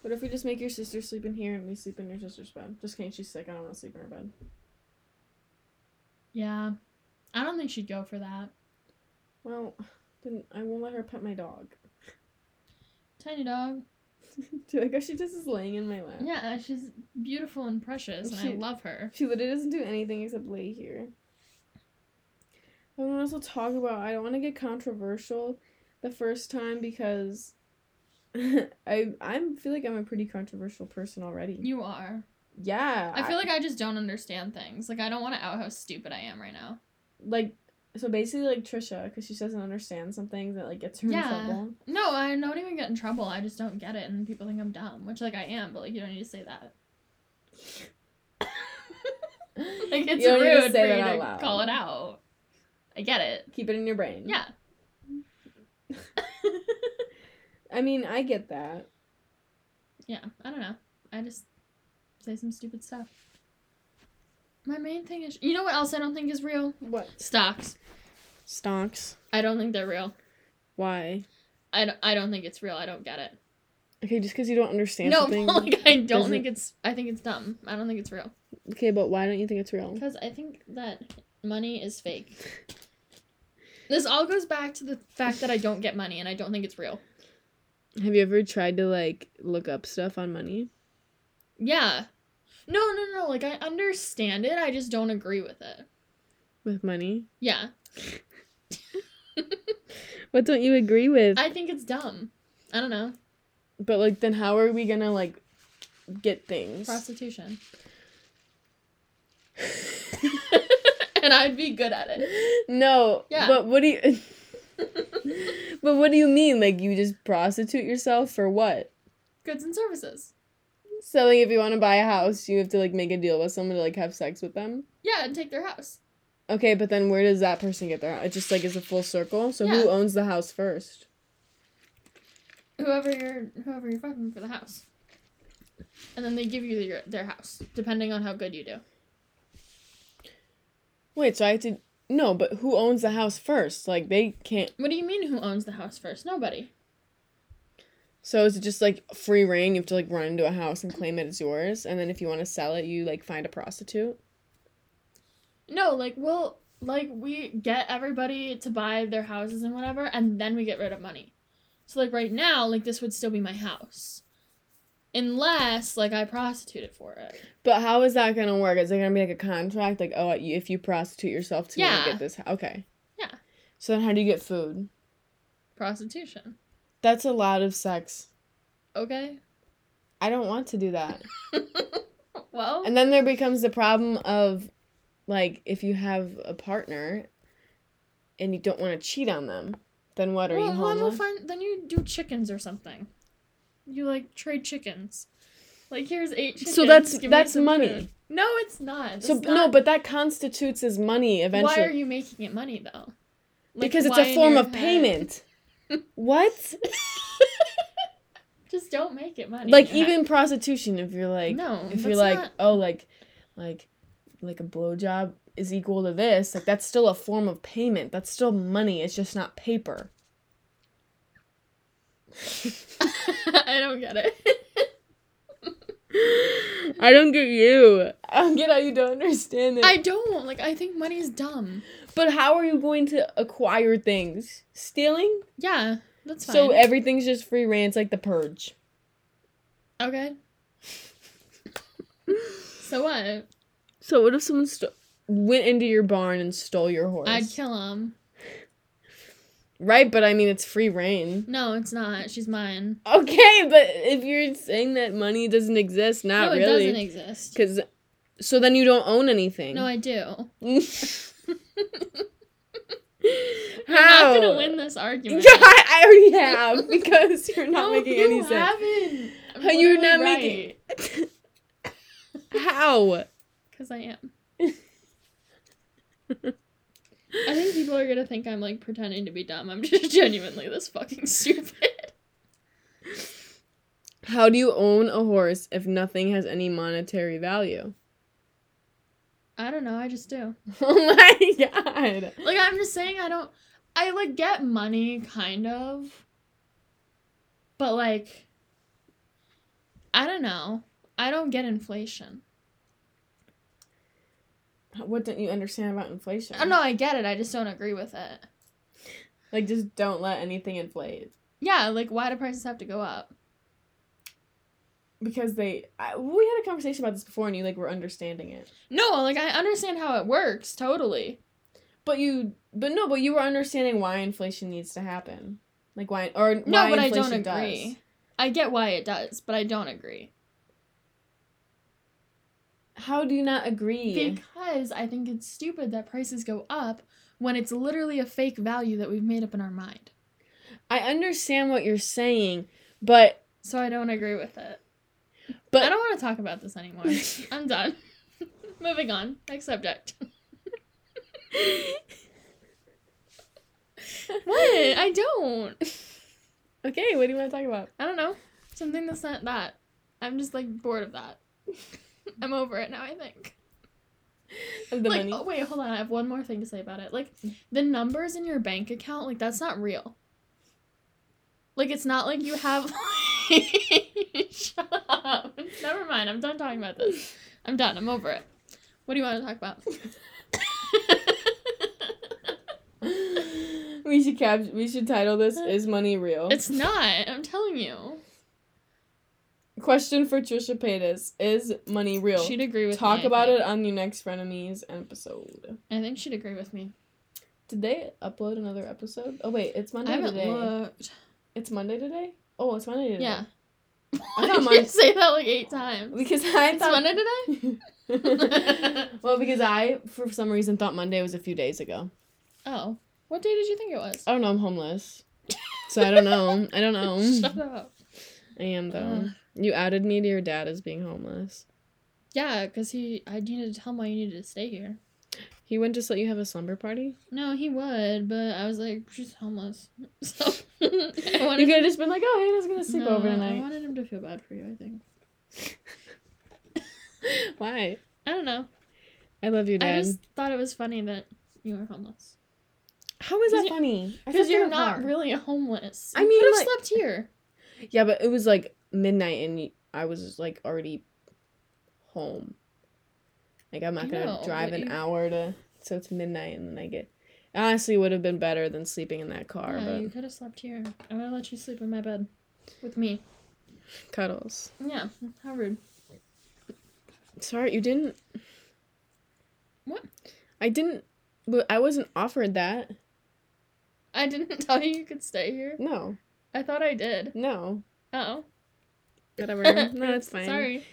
What if we just make your sister sleep in here and we sleep in your sister's bed? Just kidding, she's sick. I don't want to sleep in her bed.
Yeah. I don't think she'd go for that.
Well, then I won't let her pet my dog.
Tiny dog.
Do I guess she just is laying in my lap?
Yeah, uh, she's beautiful and precious and I
She-
love her.
She literally doesn't do anything except lay here. I want to also talk about. I don't want to get controversial the first time because I I feel like I'm a pretty controversial person already.
You are.
Yeah,
I feel like I just don't understand things. Like I don't want to out how stupid I am right now.
like so basically like Trisha because she doesn't understand something that like gets her
Yeah.
in trouble.
No, I don't even get in trouble. I just don't get it and people think I'm dumb, which like I am, but like you don't need to say that. like it's
You don't need to
rude
say
for
that
you
out
to
loud.
call it out. I get it.
Keep it in your brain.
Yeah.
I mean, I get that.
Yeah, I don't know. I just say some stupid stuff. My main thing is, you know what else I don't think is real?
What?
Stocks.
Stonks.
I don't think they're real.
Why?
I don't, I don't think it's real. I don't get it.
Okay, just because you don't understand
No,
something.
but, like I don't
doesn't-
think it's. I think it's dumb. I don't think it's real
Okay, but why don't you think it's real?
because I think that money is fake. This all goes back to the fact that I don't get money and I don't think it's real.
Have you ever tried to like look up stuff on money?
Yeah. No, no, no. Like I understand it. I just don't agree with it.
With money?
Yeah.
What don't you agree with?
I think it's dumb. I don't know.
but like then how are we gonna like get things?
Prostitution. and I'd be good at it.
no.
Yeah.
But what do you But what do you mean? Like you just prostitute yourself for what?
Goods and services.
So like if you wanna buy a house, you have to like make a deal with someone to like have sex with them?
Yeah, and take their house.
Okay, but then where does that person get their house? It just like is a full circle. So
Yeah.
who owns the house first?
Whoever you're, whoever you're fucking for the house. And then they give you your, their house, depending on how good you do.
Wait, so I have to no, but who owns the house first? Like they can't
What do you mean? Who owns the house first? Nobody.
So is it just like free reign? You have to like run into a house and claim it as yours, and then if you want to sell it, you like find a prostitute.
No, like we'll like we get everybody to buy their houses and whatever, and then we get rid of money. So like right now, like this would still be my house, unless like I prostituted for it.
But how is that gonna work? Is it gonna be like a contract? Like oh, you- if you prostitute yourself to
Yeah.
get this, okay.
Yeah.
So then, how do you get food?
Prostitution.
That's a lot of sex.
Okay.
I don't want to do that.
Well.
And then there becomes the problem of, like, if you have a partner, and you don't want to cheat on them, then what are
well,
you
then we'll
homeless?
find. Then you do chickens or something. You like trade chickens. Like here's eight. Chickens,
So that's
give me
that's
some
money.
food. No, it's not.
So
It's
no,
not-
but that constitutes as money eventually.
why are you making it money though? Like,
because it's
why
a
in
form
your
of
head?
payment. what?
Just don't make it money.
Like
Yeah.
even prostitution, if you're like,
No,
if you're
that's
like,
not-
oh, like, like, like a blowjob is equal to this. Like that's still a form of payment. That's still money. It's just not paper.
I don't get it.
I don't get you. I don't get how you don't understand it.
I don't. Like, I think money's dumb.
but how are you going to acquire things? Stealing?
Yeah, that's fine.
So everything's just free reign. It's like the purge.
okay. so what?
So what if someone st- went into your barn and stole your horse?
I'd kill him.
Right, but I mean it's free reign.
No, it's not. She's mine.
Okay, but if you're saying that money doesn't exist, not
no, it doesn't
really.
exist.
Because so then you don't own anything.
No, I do.
How?
You're not gonna win this argument.
Yeah, I already have because you're not
No,
making any
you
sense.
haven't. I'm
How you're
literally
not making-
right,
How?
Cause I am. I think people are gonna think I'm like pretending to be dumb. I'm just genuinely this fucking stupid.
How do you own a horse if nothing has any monetary value?
I don't know. I just do.
Oh my god.
Like I'm just saying, I don't. I like get money, kind of. But like, I don't know. I don't get inflation.
What don't you understand about inflation?
Oh no, I get it. I just don't agree with it.
Like just don't let anything inflate.
Yeah, like why do prices have to go up?
Because they I, we had a conversation about this before and you like were understanding it.
No, like I understand how it works totally.
But you, but no, but you were understanding why inflation needs to happen, like why or
No,
why
but I don't
inflation
agree.
does.
I get why it does, but I don't agree.
How do you not agree?
Because I think it's stupid that prices go up when it's literally a fake value that we've made up in our mind.
I understand what you're saying, but
So I don't agree with it.
but
I don't want to talk about this anymore. I'm done. Moving on. Next subject. what? I don't.
Okay, what do you want to talk about?
I don't know. Something that's not that. I'm just like bored of that. I'm over it now, I think.
Of the
like,
money.
oh, wait, hold on. I have one more thing to say about it. Like, the numbers in your bank account, like, that's not real. Like, it's not like you have. Shut up. Never mind. I'm done talking about this. I'm done. I'm over it. What do you want to talk about?
we should cap. We should title this "Is Money Real?"
oh. it's not. I'm telling you.
Question for Trisha Paytas: Is money real?
She'd agree with me.
Talk
I
about
think.
it on your next frenemies episode.
I think she'd agree with me.
Did they upload another episode? Oh wait, it's
I
Monday
haven't
today.
looked.
It's Monday today. Oh, it's Monday today.
Yeah.
I
I
thought
you
mine-
say that like eight times.
because I
It's
thought.
Monday today?
well, because I for some reason thought Monday was a few days ago.
Oh. What day did you think it was?
I don't know. I'm homeless, so I don't know. I don't know.
Shut up.
I am though.
Ugh.
you added me to your dad as being homeless.
Yeah, because he, I needed to tell him why you needed to stay here.
He wouldn't just let you have a slumber party.
No, he would, but I was like, she's homeless. So, I
you
wanted
could have just been like, "Oh, Hannah's gonna sleep
No,
over
I
tonight."
wanted him to feel bad for you, I think.
Why?
I don't know.
I love you, Dad.
I just thought it was funny that you were homeless.
How is
'Cause
that
you-
funny? I slept
Because
in
you're
a
not
car.
really homeless.
I
You
mean,
could have
like-
slept here.
Yeah, but it was like midnight, and I was like already home. Like I'm
I
not gonna
know,
drive
but
an
you-
hour to, so it's midnight, and then I get. Honestly, would have been better than sleeping in that car,
yeah,
but
you could have slept here. I would have let you sleep in my bed with me.
cuddles.
Yeah, how rude.
Sorry, you didn't.
What?
I didn't. But I wasn't offered that.
I didn't tell you you could stay here.
No,
I thought I did.
no,
Oh.
whatever. no, it's fine.
Sorry.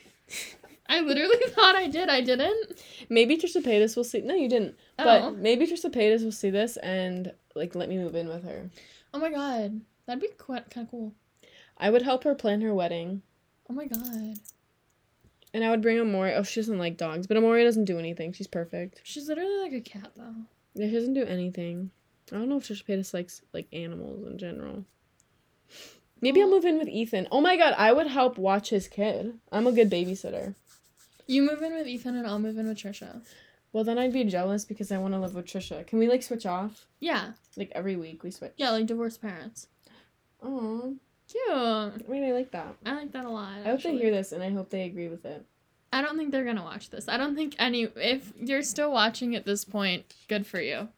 I literally thought I did. I didn't.
Maybe Trisha Paytas will see. No, you didn't.
Oh.
But maybe Trisha Paytas will see this and like let me move in with her.
oh my god. That'd be quite kind of cool.
I would help her plan her wedding,
Oh my god.
and I would bring Amori. Oh, she doesn't like dogs, but Amori doesn't do anything. She's perfect.
She's literally like a cat though.
Yeah, she doesn't do anything. I don't know if Trisha Paytas likes like animals in general. Maybe I'll
Aw.
move in with Ethan. Oh my god, I would help watch his kid. I'm a good babysitter.
You move in with Ethan and I'll move in with Trisha.
Well, then I'd be jealous because I want to live with Trisha. Can we like switch off?
Yeah.
Like every week we switch.
Yeah, like divorced parents.
Oh,
Cute. I
I mean, I like that.
like that a lot.
I hope they
actually.
hear this and I hope they agree with it.
I don't think they're gonna watch this. I don't think any. If you're still watching at this point, good for you.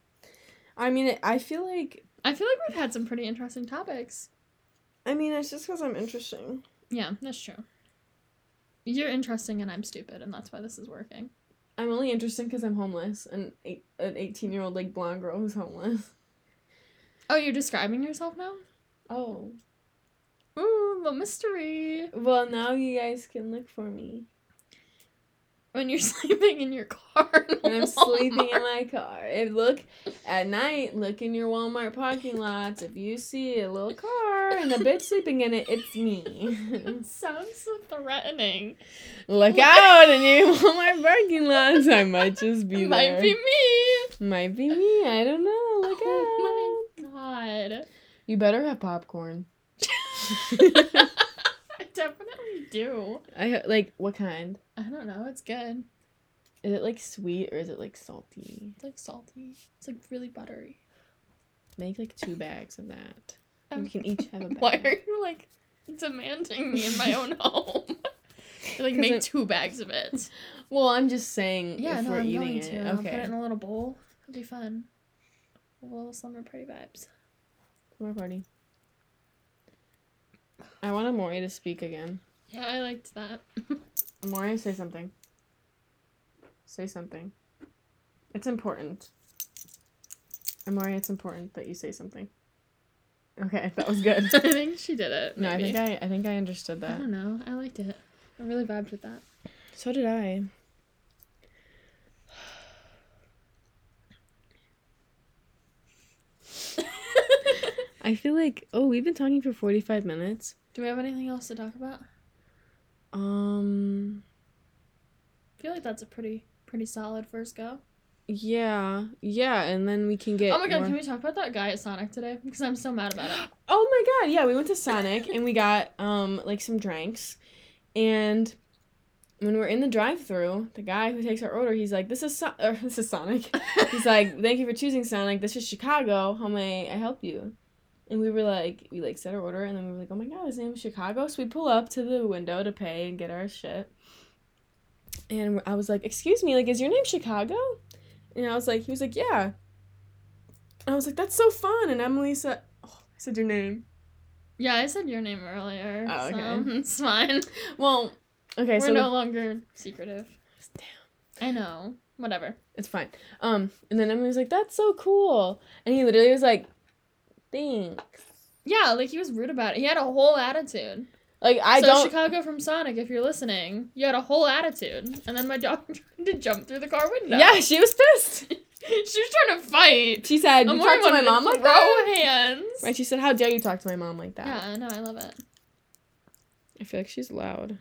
I mean, I feel like.
I feel like we've had some pretty interesting topics.
I mean, it's just because I'm interesting.
Yeah, that's true. You're interesting and I'm stupid, and that's why this is working.
I'm only interesting because I'm homeless and eight, an 18 year old, like, blonde girl who's homeless.
Oh, you're describing yourself now?
Oh.
Ooh, little mystery.
Well, now you guys can look for me.
When you're sleeping in your car. in
When I'm
Walmart.
sleeping in my car. And look, at night, look in your Walmart parking lots. If you see a little car and a bitch sleeping in it, it's me.
It sounds so threatening.
Look out in your Walmart parking lots. I might just be
it might
there.
be me.
Might be me. I don't know. Look
Oh
out.
my god.
You better have popcorn.
I definitely do.
I ha- like what kind?
I don't know. It's good.
Is it like sweet or is it like salty?
It's like salty. It's like really buttery.
Make like two bags of that.
Um,
We can each have a bag.
Why are you like demanding me in my own home? You're like
'Cause
make
I'm-
two bags of it.
Well, I'm just saying.
Yeah,
if
no,
we're
I'm
eating
going
it.
to. I'll put it
Okay.
in a little bowl. It'll be fun. A little summer party vibes.
More party. I want Amori to speak again.
Yeah, I liked that.
Amori, say something. Say something. It's important. Amori, it's important that you say something. Okay, that was good.
I think she did it.
no, I
maybe.
think I, I think I understood
I
that.
don't know. I liked it. I really vibed with that.
So did I. I feel like oh, we've been talking for forty five minutes.
Do we have anything else to talk about? I
Um,
feel like that's a pretty pretty solid first go.
Yeah, yeah, and then we can get.
oh my god,
more-
can we talk about that guy at Sonic today? Because I'm so mad about it.
Oh my god, yeah, we went to Sonic and we got um like some drinks. And when we're in the drive-through, the guy who takes our order, he's like, "This is so- or, this is Sonic." He's like, "Thank you for choosing Sonic. This is Chicago. How may I help you?" And we were like, we like set our order, and then we were like, "Oh my god, his name is Chicago." So we pull up to the window to pay and get our shit. And I was like, "Excuse me, like, is your name Chicago?" And I was like, he was like, "Yeah." And I was like, "That's so fun." And Emily said, "Oh, I said your name."
yeah, I said your name earlier.
Oh,
so
okay.
it's fine.
Well, okay,
We're
so
no longer secretive.
Damn.
I know. Whatever.
it's fine. Um, and then Emily was like, "That's so cool," and he literally was like, "Thanks."
Yeah, like he was rude about it. He had a whole attitude.
Like I
so
don't.
Chicago from Sonic, if you're listening, you had a whole attitude, and then my dog tried to jump through the car window.
Yeah, she was pissed.
she was trying to fight.
She said,
I'm
"You
more
talked to my
wanting
mom
to
like that."
throw hands.
Right? She said, "How dare you talk to my mom like that?"
Yeah, I know. I love it.
I feel like she's loud.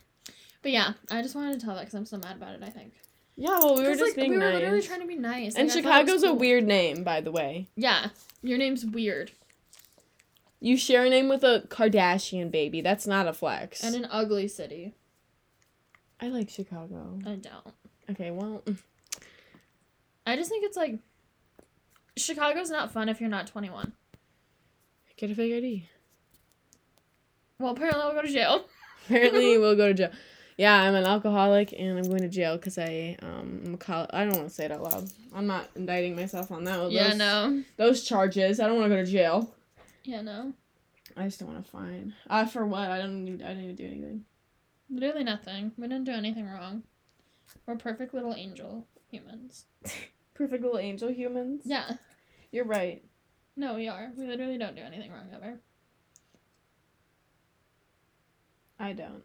But yeah, I just wanted to tell that because I'm so mad about it. I think
Yeah, well, we were
'Cause,
just
like,
being
we were
nice.
literally trying to be nice.
and
like, I thought it was
Chicago's a
cool.
weird name, by the way.
Yeah, your name's weird
You share a name with a Kardashian baby. That's not a flex.
and an ugly city.
I like Chicago.
I don't.
Okay, well,
I just think it's like Chicago's not fun if you're not 21.
get a fake ID.
Well, apparently I'll go to jail.
Apparently, we'll go to jail. Yeah, I'm an alcoholic and I'm going to jail because I um I'm a col- I don't want to say it out loud. I'm not indicting myself on that. Those,
yeah, no.
Those charges. I don't want to go to jail.
Yeah, no.
I just don't want to fine. Uh, for what? I don't. Even, I didn't even do anything.
Literally nothing. We didn't do anything wrong. We're perfect little angel humans.
Perfect little angel humans.
Yeah.
you're right.
No, we are. We literally don't do anything wrong ever.
I don't.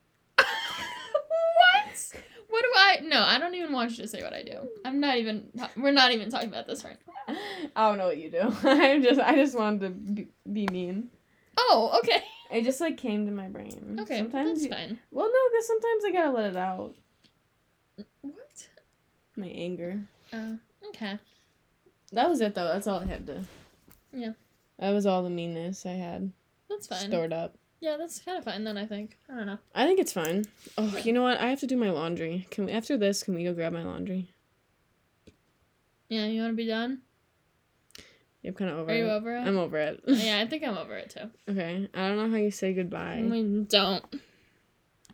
what? What do I? No, I don't even want you to say what I do. I'm not even. We're not even talking about this right now.
I don't know what you do. I'm just. I just wanted to be, be mean.
Oh, okay.
It just like came to my brain.
Okay,
Sometimes.
that's
You,
fine.
well, no, because sometimes I gotta let it out.
What?
My anger.
Oh, okay.
That was it though. That's all I had to.
Yeah.
That was all the meanness I had
That's fine.
stored up.
Yeah, that's kind of fine then. I think. I don't know.
I think it's fine. Oh,
Yeah.
you know what? I have to do my laundry. Can we after this? Can we go grab my laundry?
Yeah, you want to be done?
Yeah, I'm kind of over.
Are you
it.
over it?
I'm over it.
yeah, I think I'm over it too.
okay. I don't know how you say goodbye.
We don't.